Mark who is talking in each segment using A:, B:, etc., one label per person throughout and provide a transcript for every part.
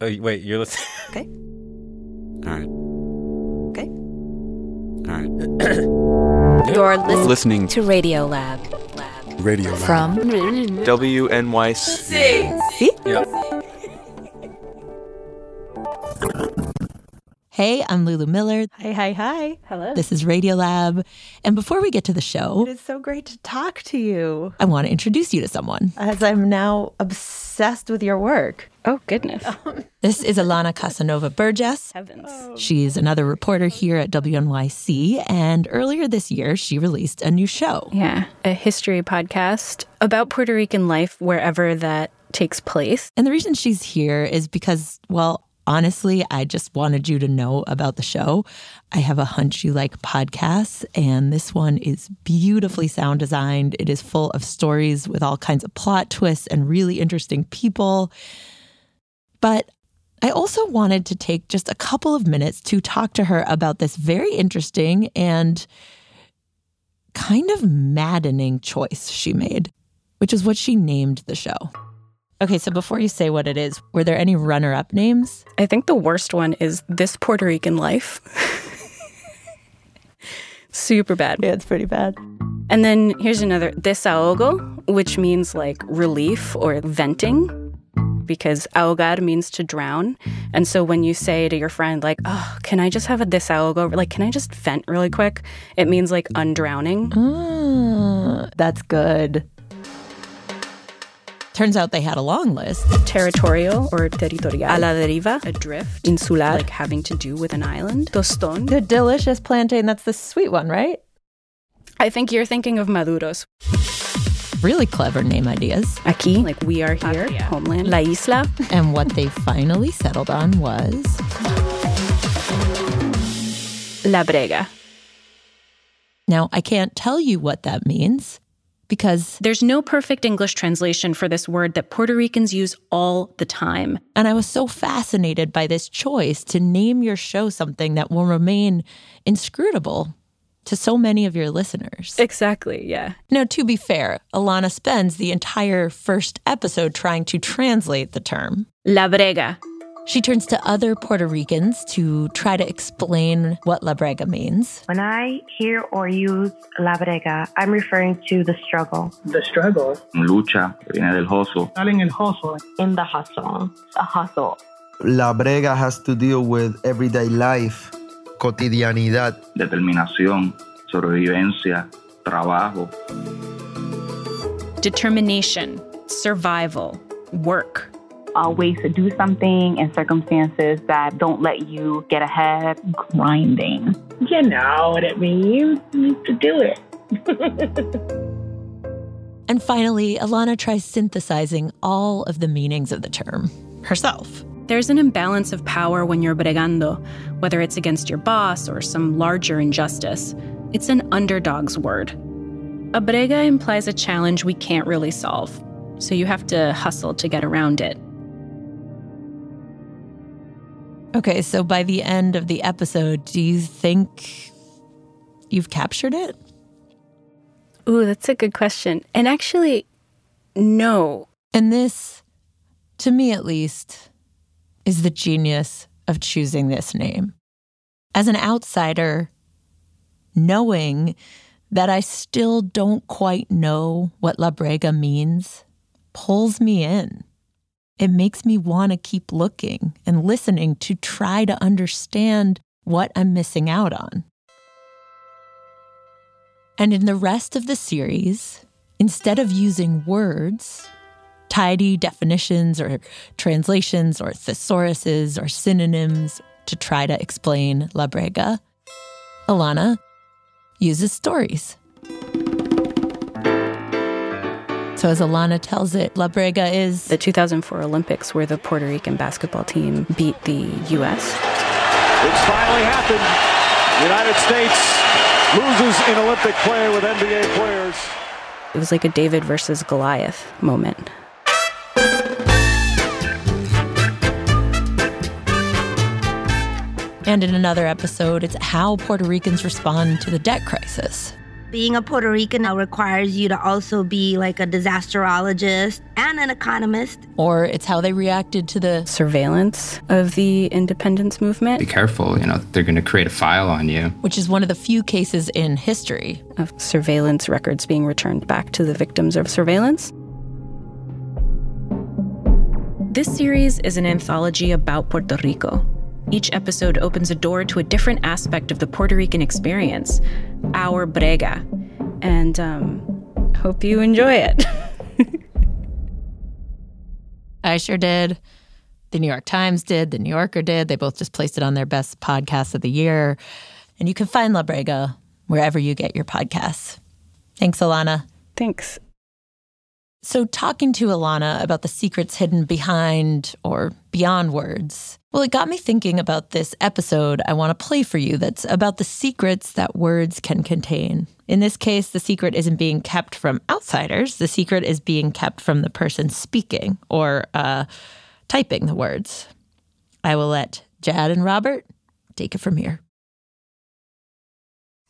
A: Oh, wait, you're listening.
B: Okay.
C: All right.
B: Okay.
C: All right.
B: You're listening
C: Listening
B: to Radio Lab.
D: Radio Lab.
B: From
C: WNYC.
E: Hey, I'm Lulu Miller.
F: Hi, hi, hi. Hello.
E: This is Radiolab. And before we get to the show,
F: It is so great to talk to you
E: I want to introduce you to someone.
F: as I'm now obsessed with your work.
G: Oh, goodness.
E: This is Alana Casanova Burgess.
G: Heavens.
E: She's another reporter here at WNYC. And earlier this year, she released a new show.
G: Yeah. A history podcast about Puerto Rican life wherever that takes place.
E: And the reason she's here is because, well, honestly, I just wanted you to know about the show. I have a hunch you like podcasts, and this one is beautifully sound designed. It is full of stories with all kinds of plot twists and really interesting people. But I also wanted to take just a couple of minutes to talk to her about this very interesting and kind of maddening choice she made, which is what she named the show. Okay, so before you say what it is, were there any runner up names?
G: I think the worst one is this Puerto Rican life. Super bad.
F: Yeah, it's pretty bad.
G: And then here's another desahogo, which means like relief or venting, because ahogar means to drown. And so when you say to your friend, like, oh, can I just have a desahogo? Like, can I just vent really quick? It means like undrowning. Hmm.
E: Ah,
F: Uh, That's good.
E: turns out they had a long list.
G: territorial or territorial. A la deriva, adrift. Insular, like having to do with an island. Tostón.
F: The delicious plantain, that's the sweet one, right?
G: I think you're thinking of Maduros.
E: Really clever name ideas.
G: Aquí, like we are here, homeland. La isla.
E: And what they finally settled on was
G: La brega.
E: now, I can't tell you what that means because,
G: There's no perfect English translation for this word that Puerto Ricans use all the time.
E: and I was so fascinated by this choice to name your show something that will remain inscrutable to so many of your listeners.
G: Exactly, yeah.
E: Now, to be fair, Alana spends the entire first episode trying to translate the term.
G: La brega.
E: She turns to other Puerto Ricans to try to explain what La Brega means.
H: When I hear or use la brega, I'm referring to the struggle.
I: The struggle.
C: Lucha, viene del Joso.
I: Selling and hustle.
H: In the hustle. A hustle.
D: La Brega has to deal with everyday life, cotidianidad.
C: Determinación, sobrevivencia, trabajo.
G: Determination, survival, work.
H: Always to do something in circumstances that don't let you get ahead. Grinding.
I: You know what it means. You need to do it.
E: And finally, Alana tries synthesizing all of the meanings of the term herself.
G: There's an imbalance of power when you're bregando, whether it's against your boss or some larger injustice. It's an underdog's word. A brega implies a challenge we can't really solve, so you have to hustle to get around it.
E: Okay, so by the end of the episode, do you think you've captured it?
G: Ooh, that's a good question. And actually, no.
E: And this, to me at least, is the genius of choosing this name. As an outsider, knowing that I still don't quite know what La Brega means pulls me in. It makes me want to keep looking and listening to try to understand what I'm missing out on. And in the rest of the series, instead of using words, tidy definitions or translations or thesauruses or synonyms to try to explain La Brega, Alana uses stories. So, as Alana tells it, La Brega is
G: the 2004 Olympics where the Puerto Rican basketball team beat the U.S.
A: It's finally happened. The United States loses in Olympic play with NBA players.
G: It was like a David versus Goliath moment.
E: And in another episode, it's how Puerto Ricans respond to the debt crisis.
J: Being a Puerto Rican now requires you to also be like a disasterologist and an economist.
E: Or it's how they reacted to the
G: surveillance of the independence movement.
K: Be careful, you know, they're going to create a file on you.
E: Which is one of the few cases in history
G: of surveillance records being returned back to the victims of surveillance.
L: This series is an anthology about Puerto Rico, each episode opens a door to a different aspect of the Puerto Rican experience, our brega.
G: And um, hope you enjoy it.
E: I sure did. The New York Times did, The New Yorker did. They both just placed it on their best podcasts of the year. And you can find La Brega wherever you get your podcasts. Thanks, Alana.
G: Thanks.
E: So, talking to Alana about the secrets hidden behind or beyond words, well, it got me thinking about this episode I want to play for you that's about the secrets that words can contain. In this case, the secret isn't being kept from outsiders, the secret is being kept from the person speaking or uh, typing the words. I will let Jad and Robert take it from here.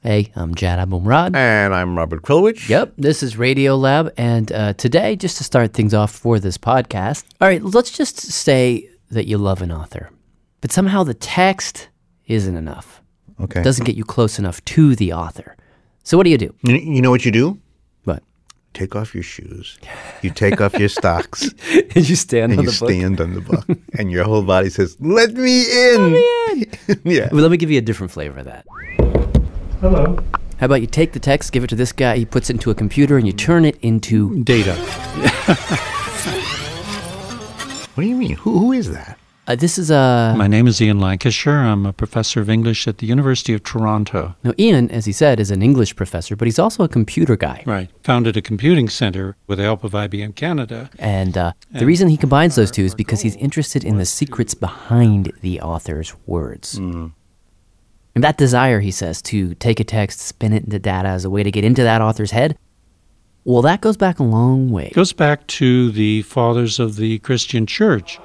M: Hey, I'm Jad Abumrad.
N: And I'm Robert Krulwich.
M: Yep, this is Radio Lab. And uh, today, just to start things off for this podcast, all right, let's just say that you love an author, but somehow the text isn't enough.
N: Okay.
M: Doesn't get you close enough to the author. So what do you do?
N: You, you know what you do?
M: What?
N: Take off your shoes. You take off your stocks.
M: and you stand
N: and
M: on
N: you
M: the book.
N: stand on the book. and your whole body says, let me in.
M: Let me in.
N: yeah.
M: Well, let me give you a different flavor of that.
O: Hello.
M: How about you take the text, give it to this guy, he puts it into a computer, and you turn it into
N: data. what do you mean? Who, who is that?
M: Uh, this is a. Uh,
O: My name is Ian Lancashire. I'm a professor of English at the University of Toronto.
M: Now, Ian, as he said, is an English professor, but he's also a computer guy.
O: Right. Founded a computing center with the help of IBM Canada.
M: And, uh, and the reason he combines those two is because he's interested in the secrets behind the author's words.
O: Hmm.
N: Mm.
M: And that desire, he says, to take a text, spin it into data as a way to get into that author's head, well, that goes back a long way.
O: It goes back to the fathers of the Christian church.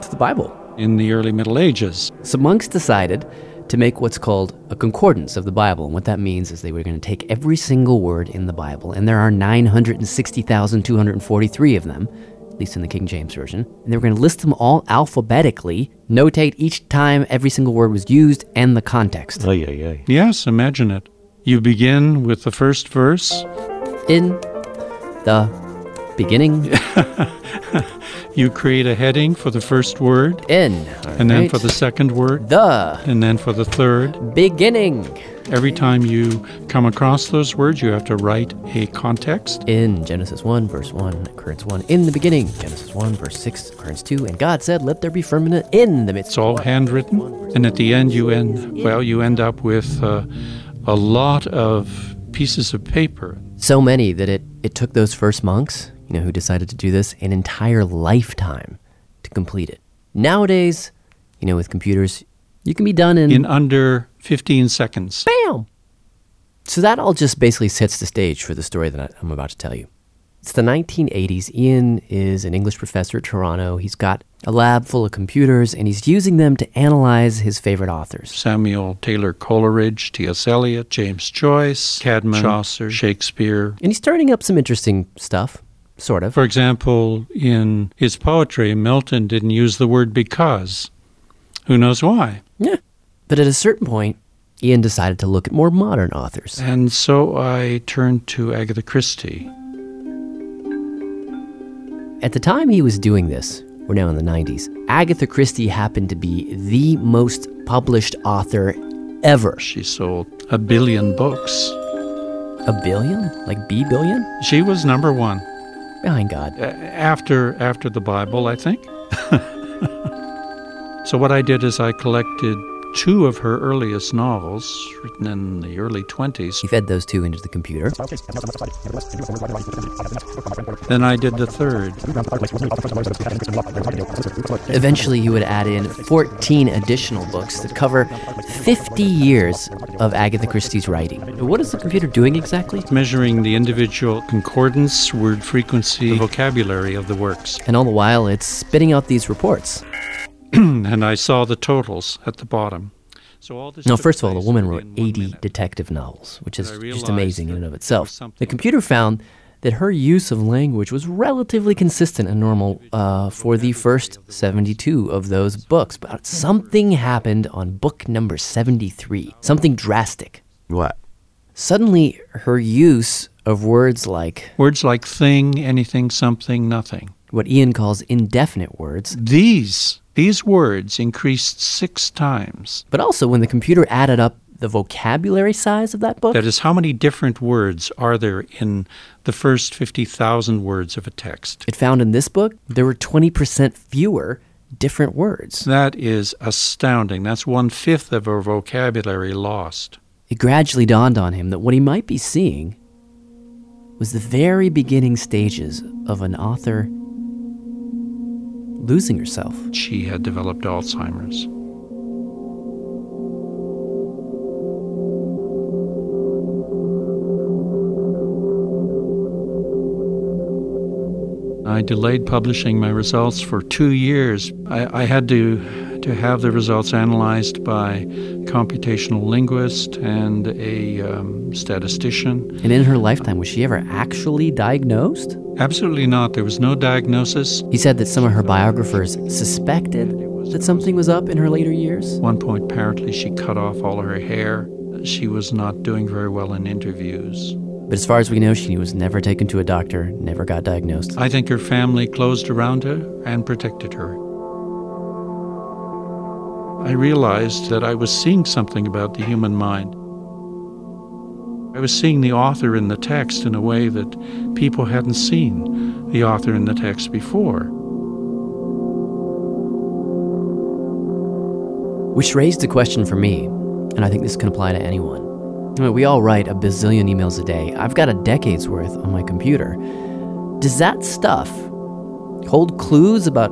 M: To the Bible.
O: In the early Middle Ages.
M: So monks decided to make what's called a concordance of the Bible. And what that means is they were going to take every single word in the Bible, and there are 960,243 of them, at least in the King James Version. And they were going to list them all alphabetically, notate each time every single word was used and the context.
N: Ay, ay, ay.
O: Yes, imagine it. You begin with the first verse.
M: In the beginning.
O: you create a heading for the first word.
M: In.
O: and then
M: right.
O: for the second word.
M: The.
O: And then for the third.
M: Beginning.
O: Every time you come across those words, you have to write a context.
M: In Genesis 1, verse 1, occurrence 1, in the beginning. Genesis 1, verse 6, occurrence 2, and God said, Let there be firmament in the midst.
O: It's all handwritten. And at the end, you end, well, you end up with uh, a lot of pieces of paper.
M: So many that it, it took those first monks, you know, who decided to do this, an entire lifetime to complete it. Nowadays, you know, with computers, you can be done in.
O: In under 15 seconds.
M: Bam! So that all just basically sets the stage for the story that I- I'm about to tell you. It's the 1980s. Ian is an English professor at Toronto. He's got a lab full of computers and he's using them to analyze his favorite authors.
O: Samuel Taylor Coleridge, T.S. Eliot, James Joyce, Cadman, Chaucer, Shakespeare.
M: And he's turning up some interesting stuff, sort of.
O: For example, in his poetry, Milton didn't use the word because. Who knows why?
M: Yeah. But at a certain point, Ian decided to look at more modern authors.
O: And so I turned to Agatha Christie.
M: At the time he was doing this, we're now in the 90s, Agatha Christie happened to be the most published author ever.
O: She sold a billion books.
M: A billion? Like B billion?
O: She was number one.
M: Behind God.
O: A- After after the Bible, I think. so what I did is I collected two of her earliest novels written in the early 20s.
M: He fed those two into the computer.
O: Then I did the third.
M: Eventually, he would add in 14 additional books that cover 50 years of Agatha Christie's writing. What is the computer doing exactly?
O: Measuring the individual concordance, word frequency, vocabulary of the works.
M: And all the while, it's spitting out these reports.
O: and I saw the totals at the bottom. So all this
M: Now,
O: took
M: first of all, the
O: place
M: woman wrote
O: within one
M: 80 detective novels, which is
O: But I
M: just
O: realized
M: amazing
O: that
M: in and of
O: there was
M: itself.
O: something
M: The computer found that her use of language was relatively consistent and normal uh, for the first 72 of those books, but something happened on book number 73. Something drastic.
N: What?
M: Suddenly, her use of words like
O: Words like thing, anything, something, nothing.
M: what Ian calls indefinite words.
O: These these words increased six times.
M: But also, when the computer added up the vocabulary size of that book,
O: That is, how many different words are there in the first 50,000 words of a text?
M: it found in this book there were 20% fewer different words.
O: That is astounding. That's one fifth of our vocabulary lost.
M: It gradually dawned on him that what he might be seeing was the very beginning stages of an author losing herself.
O: She had developed Alzheimer's. I delayed publishing my results for two years. I, I had to, to have the results analyzed by computational linguist and a um, statistician.
M: And in her lifetime, was she ever actually diagnosed?
O: Absolutely not. There was no diagnosis.
M: He said that some of her biographers suspected that something was up in her later years.
O: At one point, apparently, she cut off all her hair. She was not doing very well in interviews.
M: But as far as we know, she was never taken to a doctor, never got diagnosed.
O: I think her family closed around her and protected her. I realized that I was seeing something about the human mind. I was seeing the author in the text in a way that people hadn't seen the author in the text before.
M: Which raised a question for me, and I think this can apply to anyone. I mean, we all write a bazillion emails a day. I've got a decade's worth on my computer. Does that stuff hold clues about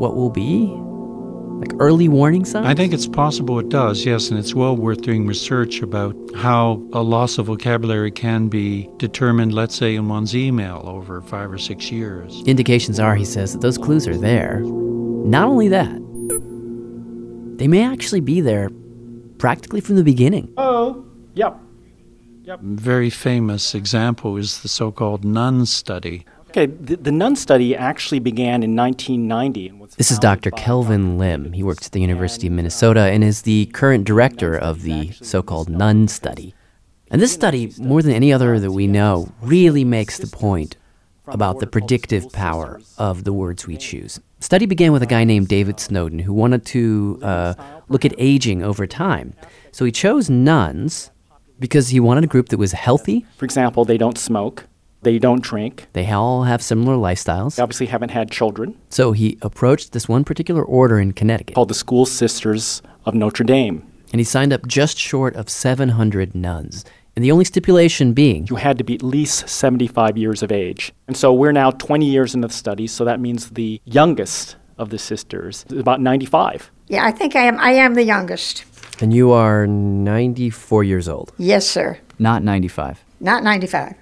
M: what will be? Like early warning signs?
O: I think it's possible it does, yes, and it's well worth doing research about how a loss of vocabulary can be determined, let's say, in one's email over five or six years.
M: Indications are, he says, that those clues are there. Not only that, they may actually be there practically from the beginning.
A: Oh, yep.
O: Very famous example is the so called nun study.
P: Okay, the, the Nun study actually began in 1990 and was
M: This is Dr. Kelvin Lim. He works at the University of Minnesota and is the current director of the so called Nun Study. And this study, more than any other that we know, really makes the point about the predictive power of the words we choose. The study began with a guy named David Snowden who wanted to uh, look at aging over time. So he chose nuns because he wanted a group that was healthy.
P: For example, they don't smoke, they don't drink,
M: They all have similar lifestyles.
P: they obviously haven't had children,
M: So he approached this one particular order in Connecticut.
P: called the School Sisters of Notre Dame.
M: and he signed up just short of 700 nuns. And the only stipulation being
P: You had to be at least 75 years of age. And so we're now 20 years into the study, so that means the youngest of the sisters is about 95.
Q: Yeah, I think I am. I am the youngest.
M: And you are 94 years old.
Q: Yes, sir.
M: Not 95.
Q: Not 95.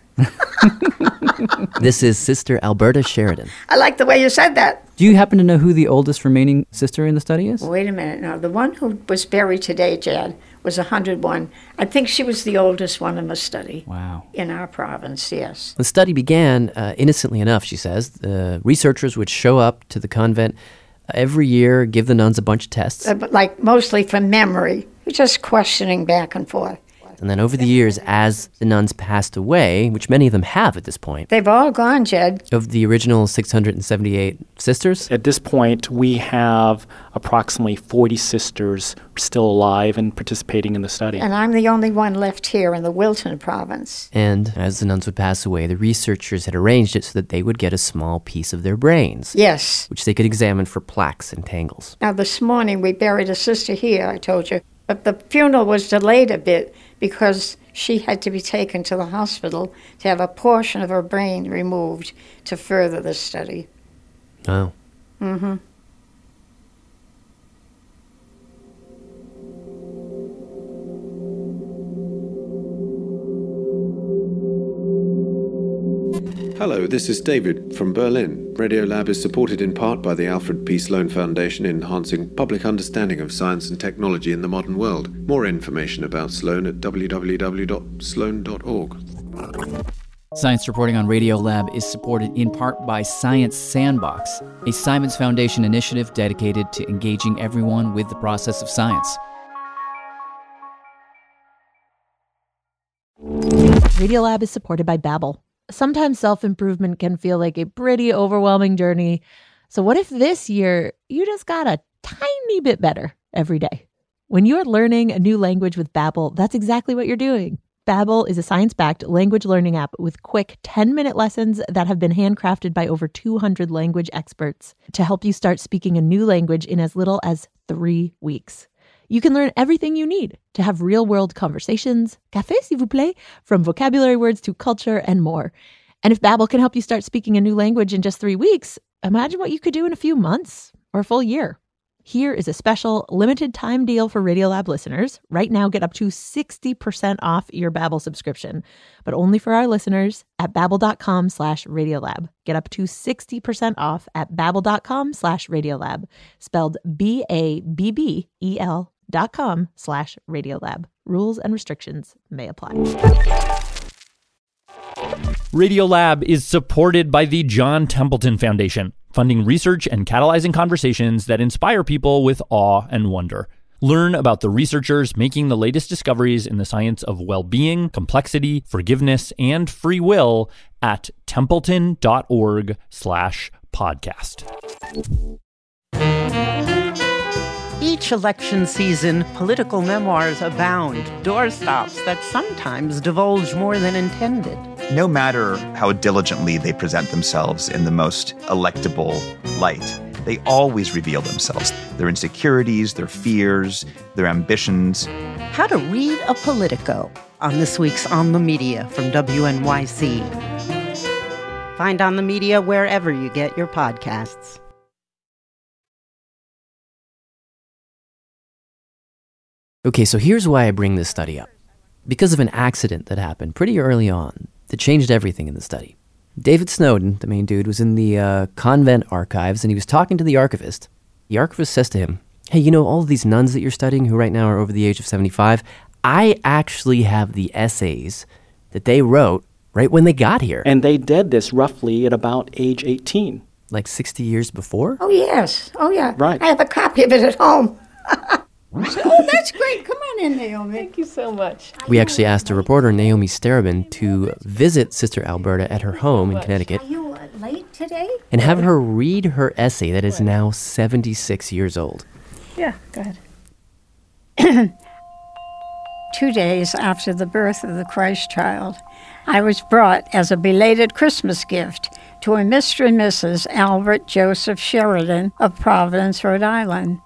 M: this is Sister Alberta Sheridan.
Q: I like the way you said that.
R: Do you happen to know who the oldest remaining sister in the study is?
Q: Wait a minute. Now, the one who was buried today, Jad, was 101. I think she was the oldest one in the study. Wow. In our province, yes.
M: The study began uh, innocently enough, she says. The researchers would show up to the convent every year, give the nuns a bunch of tests.
Q: Uh, but like mostly from memory. We're just questioning back and forth.
M: And then over the years, as the nuns passed away, which many of them have at this point,
Q: They've all gone, Jed.
M: of the original 678 sisters?
P: At this point, we have approximately 40 sisters still alive and participating in the study.
Q: And I'm the only one left here in the Wilton province.
M: And as the nuns would pass away, the researchers had arranged it so that they would get a small piece of their brains.
Q: Yes.
M: Which they could examine for plaques and tangles.
Q: Now, this morning we buried a sister here, I told you, but the funeral was delayed a bit because she had to be taken to the hospital to have a portion of her brain removed to further the study.
M: Oh.
Q: hmm
S: Hello, this is David from Berlin. Radiolab is supported in part by the Alfred P. Sloan Foundation in enhancing public understanding of science and technology in the modern world. More information about Sloan at www.sloan.org.
T: Science reporting on Radiolab is supported in part by Science Sandbox, a Simons Foundation initiative dedicated to engaging everyone with the process of science.
E: Radiolab is supported by Babbel. Sometimes self-improvement can feel like a pretty overwhelming journey. So what if this year you just got a tiny bit better every day? When you're learning a new language with Babbel, that's exactly what you're doing. Babbel is a science-backed language learning app with quick 10-minute lessons that have been handcrafted by over 200 language experts to help you start speaking a new language in as little as 3 weeks. You can learn everything you need to have real world conversations, café s'il vous plaît, from vocabulary words to culture and more. And if Babbel can help you start speaking a new language in just three weeks, imagine what you could do in a few months or a full year. Here is a special limited time deal for Radiolab listeners. Right now, get up to 60% off your Babbel subscription, but only for our listeners at babbel.com slash Radiolab. Get up to 60% off at babbel.com slash Radiolab, spelled B-A-B-B-E-L E dot com slash Radiolab. Rules and restrictions may apply.
U: Radiolab is supported by the John Templeton Foundation, funding research and catalyzing conversations that inspire people with awe and wonder. Learn about the researchers making the latest discoveries in the science of well being, complexity, forgiveness, and free will at templeton.org slash podcast.
V: Each election season, political memoirs abound, doorstops that sometimes divulge more than intended.
W: No matter how diligently they present themselves in the most electable light, they always reveal themselves their insecurities, their fears, their ambitions.
V: How to read a Politico on this week's On the Media from WNYC. Find On the Media wherever you get your podcasts.
M: Okay, so here's why I bring this study up. Because of an accident that happened pretty early on that changed everything in the study. David Snowden, the main dude, was in the uh, convent archives and he was talking to the archivist. The archivist says to him, Hey, you know, all of these nuns that you're studying who right now are over the age of 75, I actually have the essays that they wrote right when they got here.
P: And they did this roughly at about age 18.
M: Like 60 years before?
Q: Oh, yes. Oh, yeah.
P: Right.
Q: I have a copy of it at home. oh, that's great. Come on in, Naomi. Thank you so much.
M: We actually asked a reporter, Naomi Starobin, to visit Sister Alberta at her home in Connecticut
Q: You uh, late today?
M: and have her read her essay that is now 76 years old.
Q: Yeah, go ahead. Two days after the birth of the Christ child, I was brought as a belated Christmas gift to a Mr. and Mrs. Albert Joseph Sheridan of Providence, Rhode Island.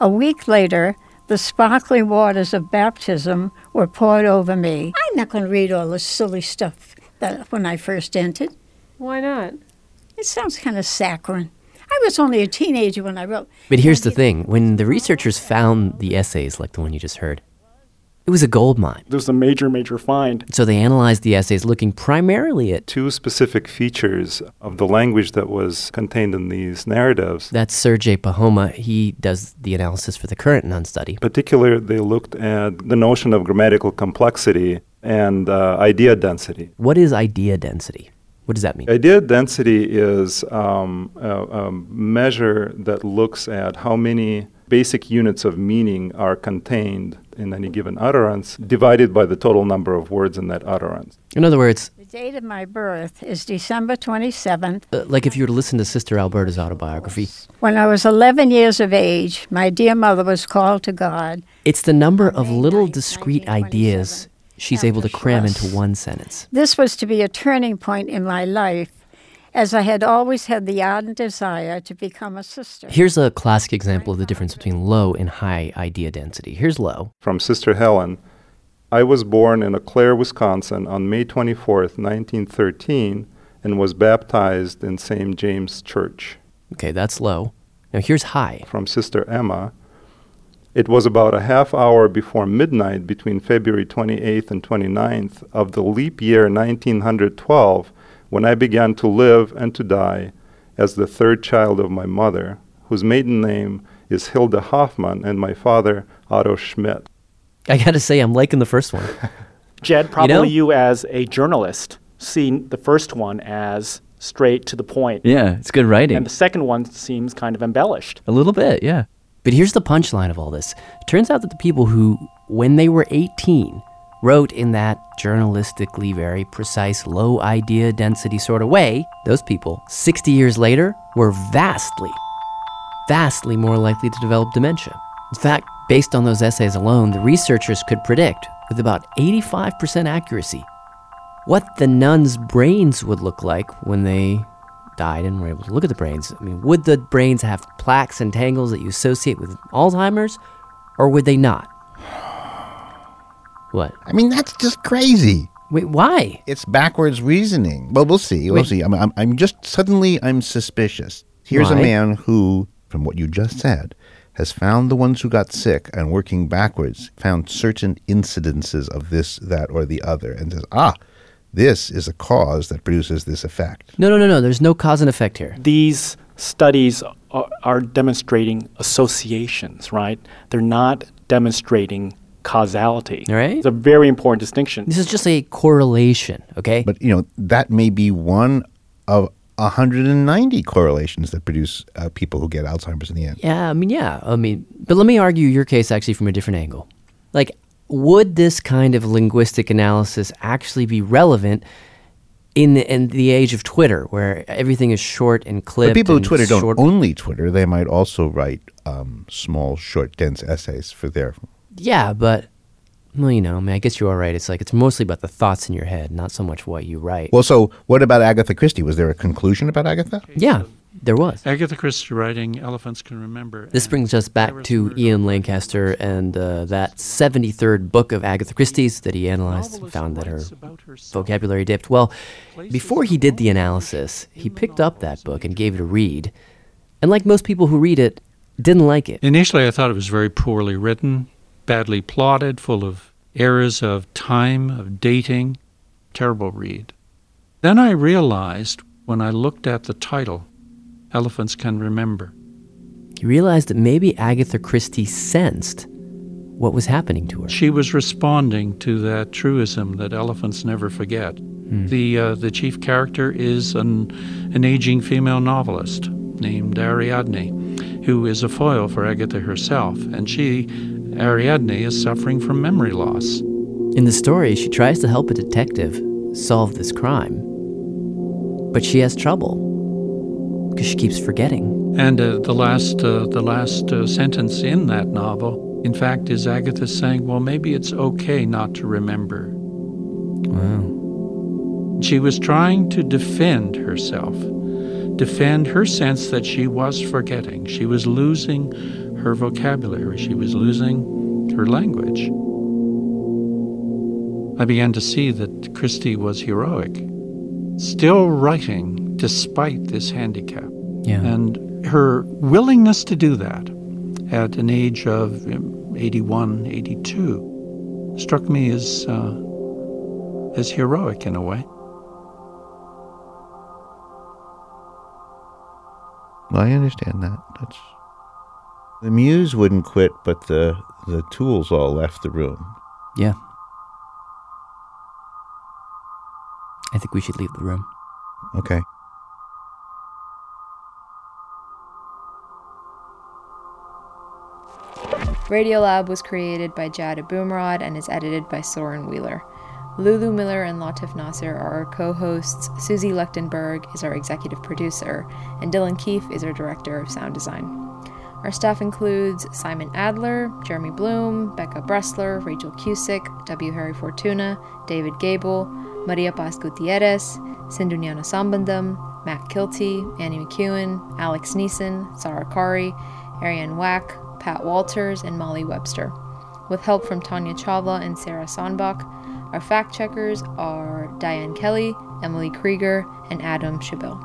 Q: A week later, the sparkling waters of baptism were poured over me. I'm not going to read all the silly stuff that when I first entered. Why not? It sounds kind of saccharine. I was only a teenager when I wrote.
M: But here's the thing when the researchers found the essays, like the one you just heard, it was a gold mine.
P: It was a major, major find.
M: So they analyzed the essays looking primarily at
X: two specific features of the language that was contained in these narratives.
M: that's Sergei Pahoma. He does the analysis for the current nun study.
X: Particularly, they looked at the notion of grammatical complexity and uh, idea density.
M: What is idea density? What does that mean?
X: Idea density is um, a, a measure that looks at how many basic units of meaning are contained in any given utterance, divided by the total number of words in that utterance.
M: In other words,
Q: The date of my birth is December 27th.
M: uh, like if you were to listen to Sister Alberta's autobiography,
Q: When I was 11 years of age, my dear mother was called to God.
M: it's the number of little discrete ideas she's able to cram into one sentence.
Q: This was to be a turning point in my life, as I had always had the ardent desire to become a sister.
M: Here's a classic example of the difference between low and high idea density. Here's low.
X: From Sister Helen I was born in Eau Claire, Wisconsin on May 24th, 1913, and was baptized in St. James Church.
M: Okay, that's low. Now here's high.
X: From Sister Emma. It was about a half hour before midnight between February 28th and 29th of the leap year 1912 when I began to live and to die as the third child of my mother, whose maiden name is Hilda Hoffman, and my father, Otto Schmidt.
M: I gotta say, I'm liking the first one.
P: Jed, probably
M: know?
P: you as a journalist seen the first one as straight to the point.
M: Yeah, it's good writing.
P: And the second one seems kind of embellished.
M: A little bit, yeah. But here's the punchline of all this. It turns out that the people who, when they were 18, wrote in that journalistically very precise, low idea density sort of way, those people, 60 years later, were vastly, vastly more likely to develop dementia. In fact, based on those essays alone, the researchers could predict with about 85% accuracy what the nuns' brains would look like when they died and were able to look at the brains. I mean, would the brains have plaques and tangles that you associate with Alzheimer's, or would they not? What?
Y: I mean, that's just crazy.
M: Wait, why?
Y: It's backwards reasoning. Well, we'll see. We'll
M: Wait.
Y: see. I'm, I'm, I'm just suddenly I'm suspicious. Here's
M: Why?
Y: a man who, from what you just said, has found the ones who got sick and working backwards found certain incidences of this, that, or the other, and says, ah, this is a cause that produces this effect.
M: No, no, no, no. There's no cause and effect here.
P: These studies are, are demonstrating associations, right? They're not demonstrating causality. Right. It's a very important distinction.
M: This is just a correlation, okay?
Y: But you know that may be one of 190 correlations that produce uh, people who get Alzheimer's in the end.
M: Yeah, I mean, yeah. I mean, but let me argue your case actually from a different angle. Like, would this kind of linguistic analysis actually be relevant in the, in the age of Twitter, where everything is short and clipped?
Y: But people who
M: and
Y: Twitter don't
M: short-
Y: only Twitter; they might also write um, small, short, dense essays for their.
M: Yeah, but well, you know, I mean, I guess you are right. It's like it's mostly about the thoughts in your head, not so much what you write.
Y: Well, so what about Agatha Christie? Was there a conclusion about Agatha?
M: yeah, there was.
O: Agatha Christie writing Elephants Can Remember.
M: This brings us back to Ian Lancaster and uh, that 73rd book of Agatha Christie's that he analyzed and found that her vocabulary dipped. Well, before he did the analysis, he picked up that book and gave it a read. And like most people who read it, didn't like it.
O: Initially, I thought it was very poorly written, badly plotted, full of errors of time, of dating. Terrible read. Then I realized when I looked at the title, Elephants Can Remember.
M: He realized that maybe Agatha Christie sensed what was happening to her.
O: She was responding to that truism that elephants never forget.
M: Hmm.
O: The, uh, the chief character is an, an aging female novelist named Ariadne, who is a foil for Agatha herself, and she, Ariadne, is suffering from memory loss.
M: In the story, she tries to help a detective solve this crime, but she has trouble because she keeps forgetting.
O: And uh, the last, uh, the last uh, sentence in that novel, in fact, is Agatha saying, Well, maybe it's okay not to remember.
M: Wow.
O: She was trying to defend herself, defend her sense that she was forgetting. She was losing her vocabulary, she was losing her language. I began to see that Christie was heroic, still writing despite this handicap.
M: Yeah.
O: And her willingness to do that at an age of um, 81, 82 struck me as, uh, as heroic in a way.
Y: I understand that. That's the muse wouldn't quit, but the the tools all left the room.
M: Yeah. I think we should leave the room.
Y: Okay.
B: Radiolab was created by Jada Boomrod and is edited by Soren Wheeler. Lulu Miller and Latif Nasser are our co hosts, Susie Lechtenberg is our executive producer, and Dylan Keefe is our director of sound design. Our staff includes Simon Adler, Jeremy Bloom, Becca Bressler, Rachel Cusick, W. Harry Fortuna, David Gable, Maria Paz Gutierrez, Sindunyana Sambandam, Matt Kilty, Annie McEwen, Alex Neeson, Sarah Kari, Ariane Wack, Pat Walters, and Molly Webster. With help from Tanya Chavla and Sarah Sonbach, our fact checkers are Diane Kelly, Emily Krieger, and Adam Chabille.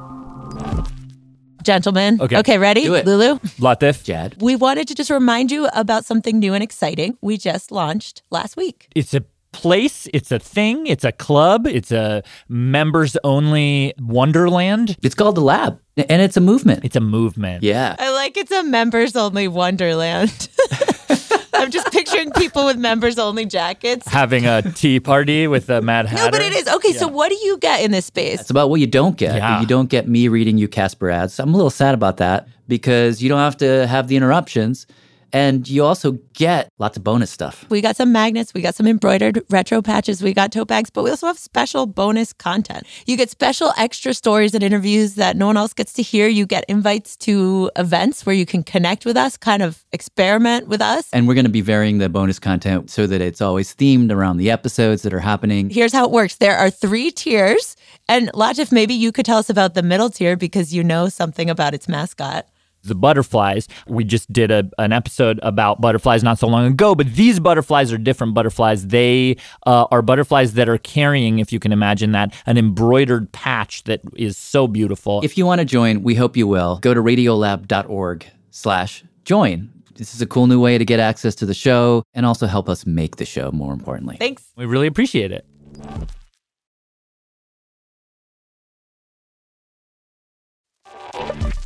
E: Gentlemen.
U: Okay.
E: ready?
U: Do it.
E: Lulu?
U: Latif. Jad.
E: We wanted to just remind you about something new and exciting we just launched last week.
U: It's a place, it's a thing, it's a club, it's a members only wonderland. It's called the lab. And it's a movement. It's a movement. Yeah.
E: I like it's a members only wonderland. I'm just picturing people with members only jackets.
U: Having a tea party with a Mad Hatter.
E: No, but it is. Okay, so what do you get in this space?
C: It's about what you don't get. You don't get me reading you Casper ads. I'm a little sad about that because you don't have to have the interruptions. And you also get lots of bonus stuff.
E: We got some magnets, we got some embroidered retro patches, we got tote bags, but we also have special bonus content. You get special extra stories and interviews that no one else gets to hear. You get invites to events where you can connect with us, kind of experiment with us.
C: And we're going to be varying the bonus content so that it's always themed around the episodes that are happening.
E: Here's how it works there are three tiers. And Latif, maybe you could tell us about the middle tier because you know something about its mascot.
U: the butterflies. We just did a, an episode about butterflies not so long ago, but these butterflies are different butterflies. They uh, are butterflies that are carrying, if you can imagine that, an embroidered patch that is so beautiful.
C: If you want to join, we hope you will. Go to radiolab.org slash join. This is a cool new way to get access to the show and also help us make the show, more importantly.
E: Thanks.
U: We really appreciate it.